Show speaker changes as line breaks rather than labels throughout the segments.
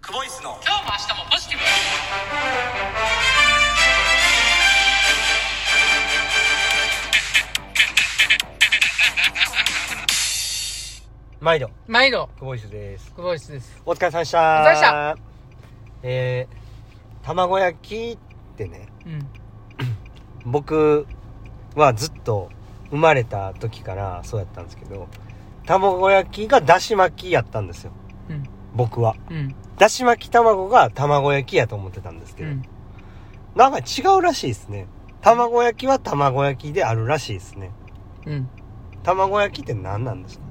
クボイスの
今日も明日もポジティブ
毎度
毎度
クボイスです
久保石です
お疲れ様でした
お疲れ様
でしたえー、卵焼きってね
うん
僕はずっと生まれた時からそうやったんですけど卵焼きがだし巻きやったんですよ
うん
僕は
うん
だし巻き卵が卵焼きやと思ってたんですけ
う
ど、
ん
なんか違うらしいですね卵焼きは卵焼きであるらしいですね
うん
卵焼きって何なんですか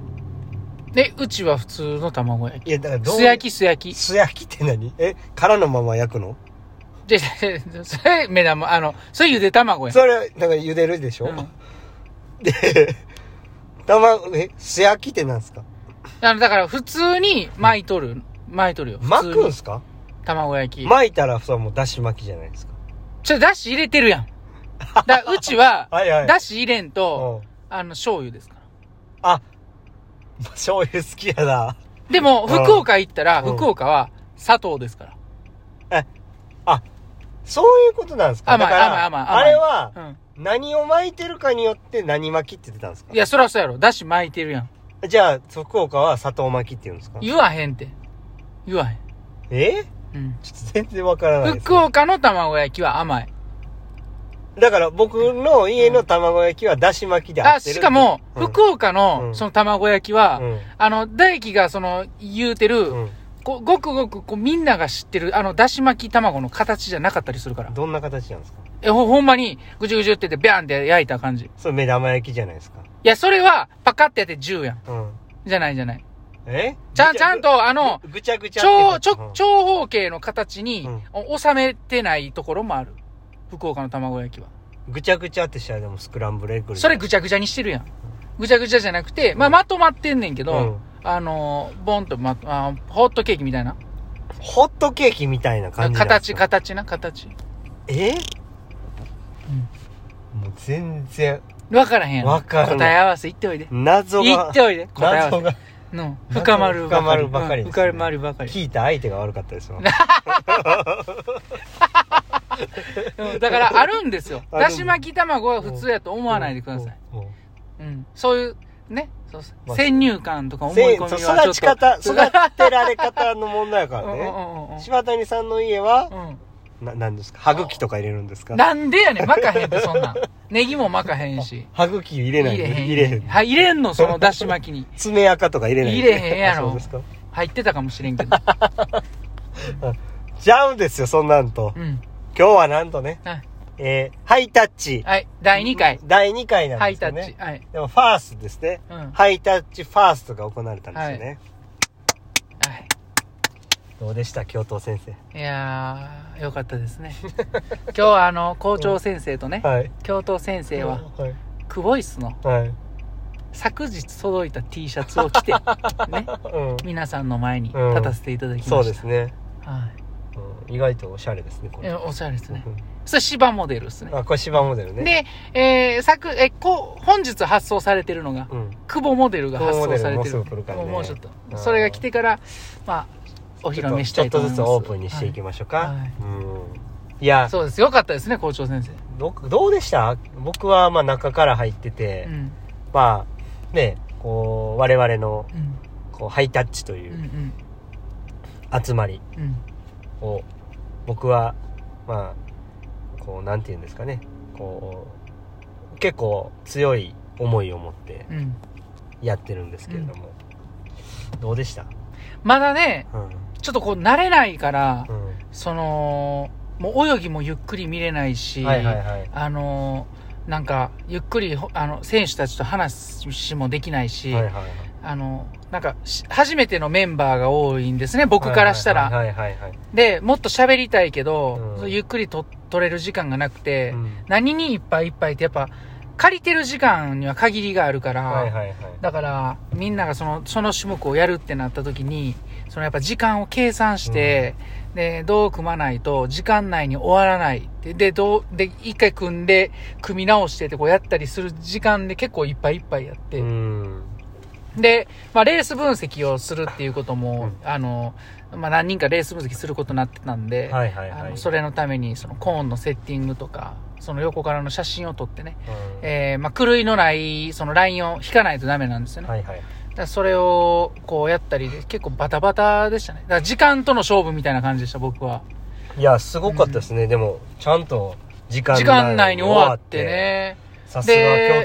でうちは普通の卵焼き
いやだからどう
素焼き素焼き
素焼きって何え殻のまま焼くの
で でそれ目玉あのそれゆで卵や
それなんか茹でるでしょ、
うん
で卵え素焼きってなんですか
あのだから普通に巻いとる巻いとるよ普
巻
通
くん
に
すか
卵焼き
巻いたらそれはもうだし巻きじゃないですか
ちょだし入れてるや んだからうちは
はいはい
だし入れんと
うん
あの醤油ですから
あ醤油好きやな
で
う
も
ん
福岡行ったら
うん
福岡は砂糖ですから
そういうことなんですか
甘い
だから
甘い甘い甘い
あれは
うん
何を巻いてるかによって何巻きって言ってたんですか
いやそらそうやろだし巻いてるやん
じゃあ福岡は砂糖巻きって言うんですか
言わへんって言わへん
え
うん
ちょっと全然わからないです
福岡の卵焼きは甘い。
だから僕の家の卵焼きはだし巻きで合
あ、
ってる
しかも、
うん
福岡
う
の
ん
その卵焼きは、
うん
あの、大輝がその、言うてる、
うん
こうごくごくこうみんなが知ってる、あの、だし巻き卵の形じゃなかったりするから。
どんな形なんですか
え、ほ、ほんまに、ぐじゅぐじゅってて、ビャンって焼いた感じ。い
それ目玉焼きじゃないですか
や、それは、パカってやって10やん。
うん
じゃないじゃない。
え
ちゃん、ちゃんと、あ
あ
の、
ぐぐちゃぐちゃ
長、
って
ち
こと
ょ、長方形の形に
うん、
お収めてないところもある。福岡の卵焼きは。
うんぐちゃぐちゃってしたらでもスクランブルエッグ
それぐちゃぐちゃにしてるやん。ぐちゃぐちゃじゃなくて、まあ、まとまってんねんけど、
うん
あのー、ボンとま、あーホットケーキみたいな。
ホットケーキみたいな感じなんです
形、
か
形な、形。
えもう全然
わからへんやろ
わからん
答え合わせ言っておいで。
謎
言
が
っておいで。答え合
謎
わ
が
せ。うん。深まるば
深
かり。
まるばかり
うん
ですね
深まる ばかり。
聞いた相手が悪かったですわ
うんだから、あるんですよ。
ある
だし巻き卵は普通やと思わないでください。
うんうんうん
うん。そういう、ね。そうそう
まあ
先入観とか思い
せ
込み
ん
は
そ
ちょっ
う
と。
育ち 方育てられ方の問題やか
うん
ら
うんう
ね
んうん
柴谷さんの家は
うん。
な何ですか歯茎とか入れるんですか
なんでやねん。巻かへんって、そん なん。ネギも巻かへんし。
歯茎入れない
入れへん。
入れへん
はい、入れんの、そのだし巻きに。
爪垢とか入れない
入れへんやろ
あそうですか
入ってたかもしれんけど。
ちゃうんですよそんなんと
うん。
今日はなんとね
はい
えーハイタッチ
はい、第2回。
第2回な
ハ
ん
イ
です
タ
よ
ッチ。
ね
はい。
でもファーストですね
うん。はい。
ハイタッチファーストが行われたんですよねどうでした教頭先生
いやー、よかったですね。 今日はあの、校長先生とね、
はい
教頭先生は、
はい
クボイスの
はい
昨日届いた T シャツを着 て、ね、
う
皆さんの前に
うん
立たせていただきま
ん
した。
そうですね
はい。
うん意外とおしゃれですねこ
え
れ
おしゃれですね
う。ん
それ芝モデルですね。
あこれ芝モデルね
で、えー、昨、え、こう、本日発送されてるのが、
うん
久保モデルが発送され
久保モ
てる
デルもうすぐ来るからね
もうちょっと
うん
それが来てからまあお披露目したい
ち
と
ょっ
思
と
います
ずつオープンにしていきましょうか、
はい
うんいや
そうですよかったですね校長先生
どどうでした僕はまあ中から入ってて、
うん
まあねこう我々の
うん
こうハイタッチとい
うん
う集まり
うんうん
を僕はまあこうなんて言うんですかねこう結構強い思いを持って
うん
やってるんですけれども、どうでした、
まだね
うん
ちょっとこう慣れないから、
うん
そのもう泳ぎもゆっくり見れないし、
はいはいはい
あのなんかゆっくりほあの選手たちと話しもできないし、
はいはいはい
あのなんかし初めてのメンバーが多いんですね僕からした
は
ら、
いはいはいはい
でもっと喋りたいけど、
うん
ゆっくりと取れる時間がなくて、
うん
何にいっぱいいっぱいってやっぱ借りてる時間には限りがあるから、
はいはいはい
だからみんながそのその種目をやるってなった時にそのやっぱ時間を計算して、でどう組まないと時間内に終わらないででどうで一回組んで組み直してってこうやったりする時間で結構いっぱいいっぱいやって、
うん
で、まあ、レース分析をするっていうことも、
う
あの、まあ、何人かレース分析することになってたんで、
はいはい
あ
は
の
い。
それのために、そのコーンのセッティングとか、その横からの写真を撮ってね、
うん
えー、まあ、狂いのない、そのラインを引かないとダメなんですよね。
はいはい。
だからそれを、こうやったりで、結構バタバタでしたね。だから時間との勝負みたいな感じでした、僕は。
いや、すごかったですね。でも、ちゃんと時間
時間内に終わって。ね。
さすが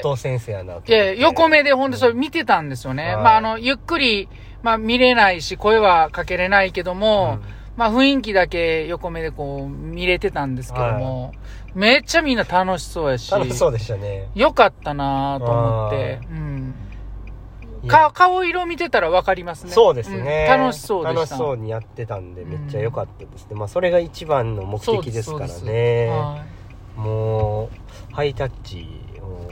教頭先生やなと思っ
い
て
や、横目でほんとそれ見てたんですよ
は
ね。
い
まあ、あの、ゆっくり、まあ、見れないし、声はかけれないけども、まあ、雰囲気だけ横目でこう、見れてたんですけども、めっちゃみんな楽しそうやし、
楽しそうでしたね。
よかったなと思って、うん。
いや
か、顔色見てたらわかりますね。
そうですね、
うん楽しそうでした。
楽しそうにやってたんでめっちゃ良かったですね、まあそれが一番の目的ですから
そうです
ね
は
もうハイタッチを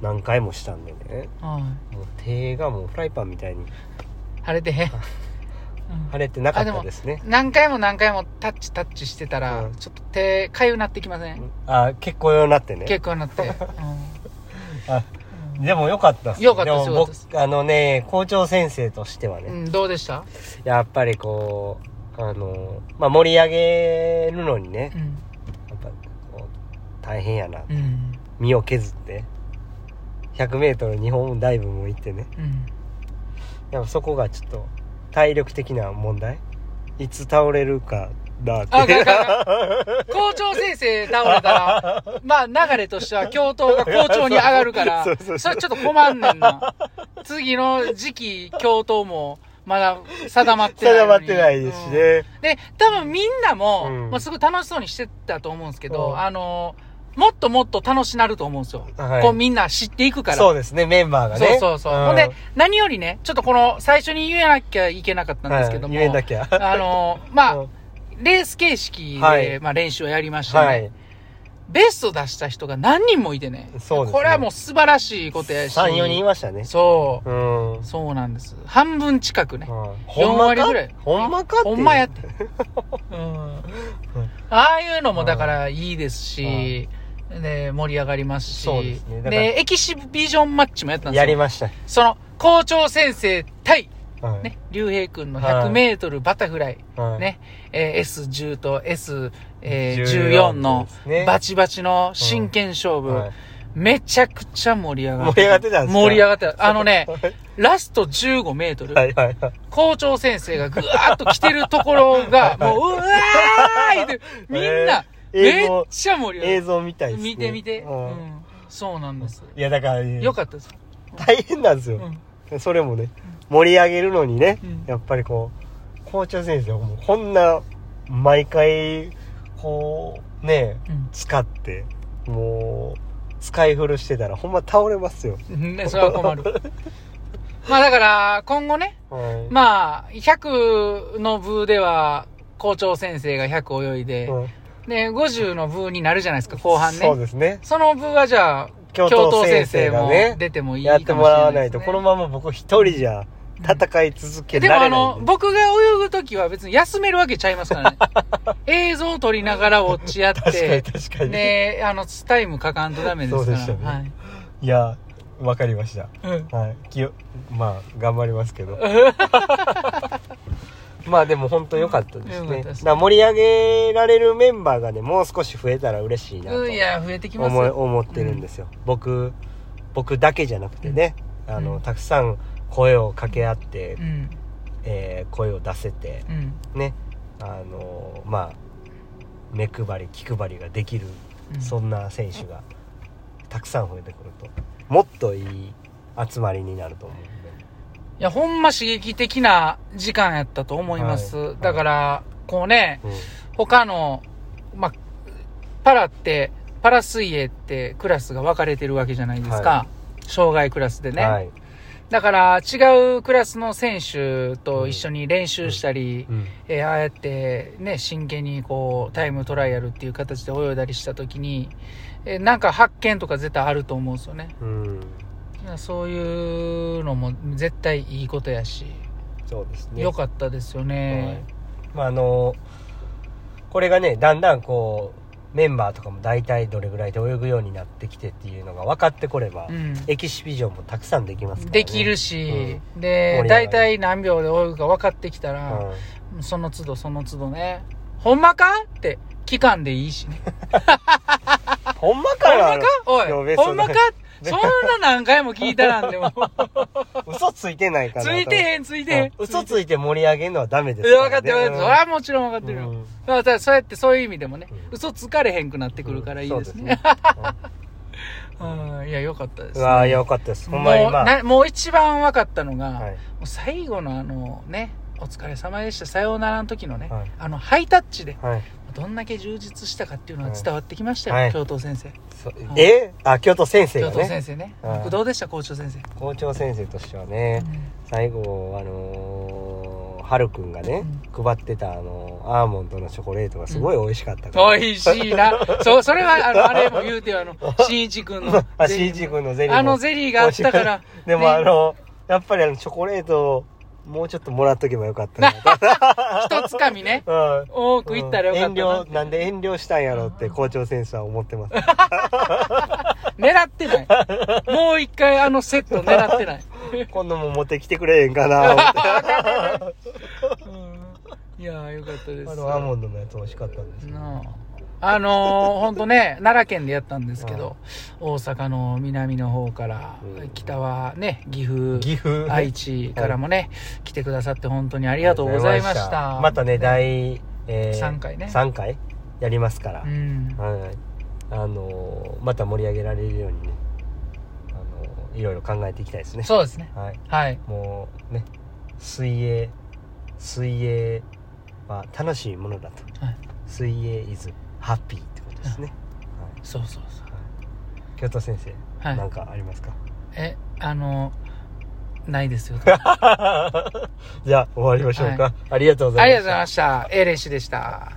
何回もしたんでね
いはい
もう手がもうフライパンみたいに
晴れ てへん。うん
腫れてなかったですね
何回も何回もタッチタッチしてたら、
うん
ちょっと手かゆなってきません、
あ結構ようになってね
結構なって、 うん
あ
うん
でも良かったっす
良かったです
で
良
も
かったです
僕あのね校長先生としてはね、
うんどうでした、
やっぱりこうあの、まあ、盛り上げるのにね
うん
やっぱこう大変やな
うん
身を削って、100m 日本ダイブも行ってね。
うん
やっぱそこがちょっと、体力的な問題いつ倒れるかだって。
あかんあ校長先生倒れ たら、まあ流れとしては教頭が校長に上がるか ら、
そ
そう
そうそう
れちょっと困んねんな。次の次期教頭も、まだ定まってないの
定
に。
まってないですしね。
うん。で、多分みんなも、
うん
まあ、すごい楽しそうにしてたと思うんですけ
う
ど、
ん
あの、もっともっと楽しなると思うんですよ。
はい
こうみんな知っていくから。
そうですね、メンバーが
そう
ね。
そうそう。
ん
ほんで、、何よりね、ちょっとこの、最初に言えなきゃいけなかったんですけども、
はい言えなきゃ。
あの、まあ、
うん
レース形式で、
はい
まあ、練習をやりましたね、
はい。
ベスト出した人が何人もいてね。
そうですね
これはもう素晴らしいことやし。
3、4人いましたね。
そう、
うん。うん
そうなんです。半分近くね。
ほんま
割
か
ぐらい
ほんまかって。
ほんまやって。うん。ああいうのもだからいいですし、で、盛り上がりますし。
そうですねだから
で、エキシビジョンマッチもやったんですよ。
やりました。
その、校長先生対、
はい
ね、竜兵くんの
は
100
い
メートルバタフライ。
はい
ね、えー S10 と S14、えー14
14
の
ですね
バチバチの真剣勝負、
はい
めちゃくちゃ盛り上がっ
盛
て
り上がってたんですか
盛り上がってたあ のねラスト15メートル、
はいはいはい。
校長先生がぐわーっと来てるところがもううわーいってみんな
えー
め
映
っ
像
ちゃ盛り上
映
がっ
像みたい
て
ですね。
見て見て、う
うん
ん、そうなんです
いや、だから、
よかったです、
大変なんですよ。
うん
それもね、盛り上げるのにね、
うん
やっぱりこう、校長先生はもうこんな、毎回、こう、ね、
うん
使って、もう、使い古してたら、ほんま倒れますよ。
ね、それは 困るまあだから今後ね
はい。
まあ、100の部では、校長先生が100泳いで、
うん
で、50の部になるじゃないですか、後半ね。
そうですね。
その部はじゃあ、教
教頭
頭先
先
生
生
も
がね
出てもいいか
や
も
っ
してれ
もらわ
な
ないい
です
と、
ね
このまま僕一人じゃ、戦い続け
で
ら
もあ
れない
の、
んで。
僕が泳ぐときは別に休めるわけちゃいますからね。 映像を撮りながらウォッチやっ
確かに
て、
確かに。
ね、あの、タイムかかんとダメですから。
そうでした
はい。
いや、わかりました。
うん。
はい、きよまあ頑張りますけ どまあでも本当良かったです
うん良かっ
ね
たです
な盛り上げられるメンバーがねもう少し増えたら嬉しいなと
うんいや、増えてきます
思い
よ。
思ってるんですよ、僕僕だけじゃなくてね、あ
うん
のたくさん声を掛け合って、
うん。
えー声を出せて
うん。
ねあのまあ目配り気配りができる
うん
そんな選手がたくさん増えてくるともっといい集まりになると思うんで
いや、ほんま刺激的な時間やったと思います。
はい
だから、こうね、
うん
他の、まあ、パラって、パラ水泳ってクラスが分かれてるわけじゃないですか。
は
障害クラスでね。
はい
だから、違うクラスの選手と一緒に練習したり、えーああやってね、真剣にこう、タイムトライアルっていう形で泳いだりしたときに、えーなんか発見とか絶対あると思うんですよね。
うん
そういうのも絶対いいことやし。
そうですね
良かったですよ
は
ね
い。まああのこれがねだんだんこうメンバーとかも大体どれぐらいで泳ぐようになってきてっていうのが分かってこれば、
うん
エキシビジョンもたくさんできますから、ね、
できるし、
盛り上が
で
る
大体何秒で泳ぐか分かってきた
うん、
ら、その都度その都度ねほんまかって期間でいいしね
うんほんま
ほ
か
んま
な
かお
いや
い
別に
ほんまかそんな何回も聞いたらん でも
嘘ついてないから
ついてへんついてへん
嘘ついて盛り上げるのはダメです
いや分かってる分かってるそれ
っ
はもちろん分かってるよ、
うん
だからそうやってそういう意味でもね、
うん
嘘つかれへんくなってくるからいいですね,、
そうですね
うん、いや良かったで
う
す、ね、
わあよかったですほ
もうん
まにまあ、
なもう一番分かったのが、
はい
もう最後のあのねお疲れ様でしたさようならの時のね、
はい
あのハイタッチで
はい、
どんだけ充実したかっていうのは伝わってきましたよ、
はい
教頭先生
そえあ京都先生
教
が
頭先
ね
生ね、
はい
僕どうでした校長先生、
校長先生としてはね、最後あのー、はるくんがね、配ってたあのアーモンドのチョコレートがすごい美味しかったから、
おいしいなそうそれはあのあれも言うてよあのしんいち君の
あ
ゼ
し
リ
んい
ー
ち君のゼリーも
あのゼリーがあったから
で
ね
もあの、やっぱりあのチョコレートをもうちょっともらっとけばよかった な
一つかみね
うん
多くいったらよかったな、
遠慮なんで遠慮したんやろって校長先生は思って ます
狙ってないもう一回あのセット狙ってない、
今度も持ってきてくれへんかな思って
うんいやーよかったです
あのアーモンドのやつ美味しかったんですけど
なああのー、ほんとね奈良県でやったんですけど、大阪の南の方から、
うん
北はね岐阜
岐阜
愛知からもね、来てくださって本当にありがとうございました
またね第、え
三回ね
3回やりますから、
うん
はいあのーまた盛り上げられるようにね、あのーいろいろ考えていきたいですね
そうですね
はい
はい
もうね水泳水泳は楽しいものだと
はい
水泳 is happy ってことですね、はい
そうそうそう
京都先生、
はい
なんかありますか
えあのないですよ
じゃあ終わりましょうか、ありがとうご
あ
ざ
り
い
がとう
ま
ご
し
ざい
た
ました A 練習でした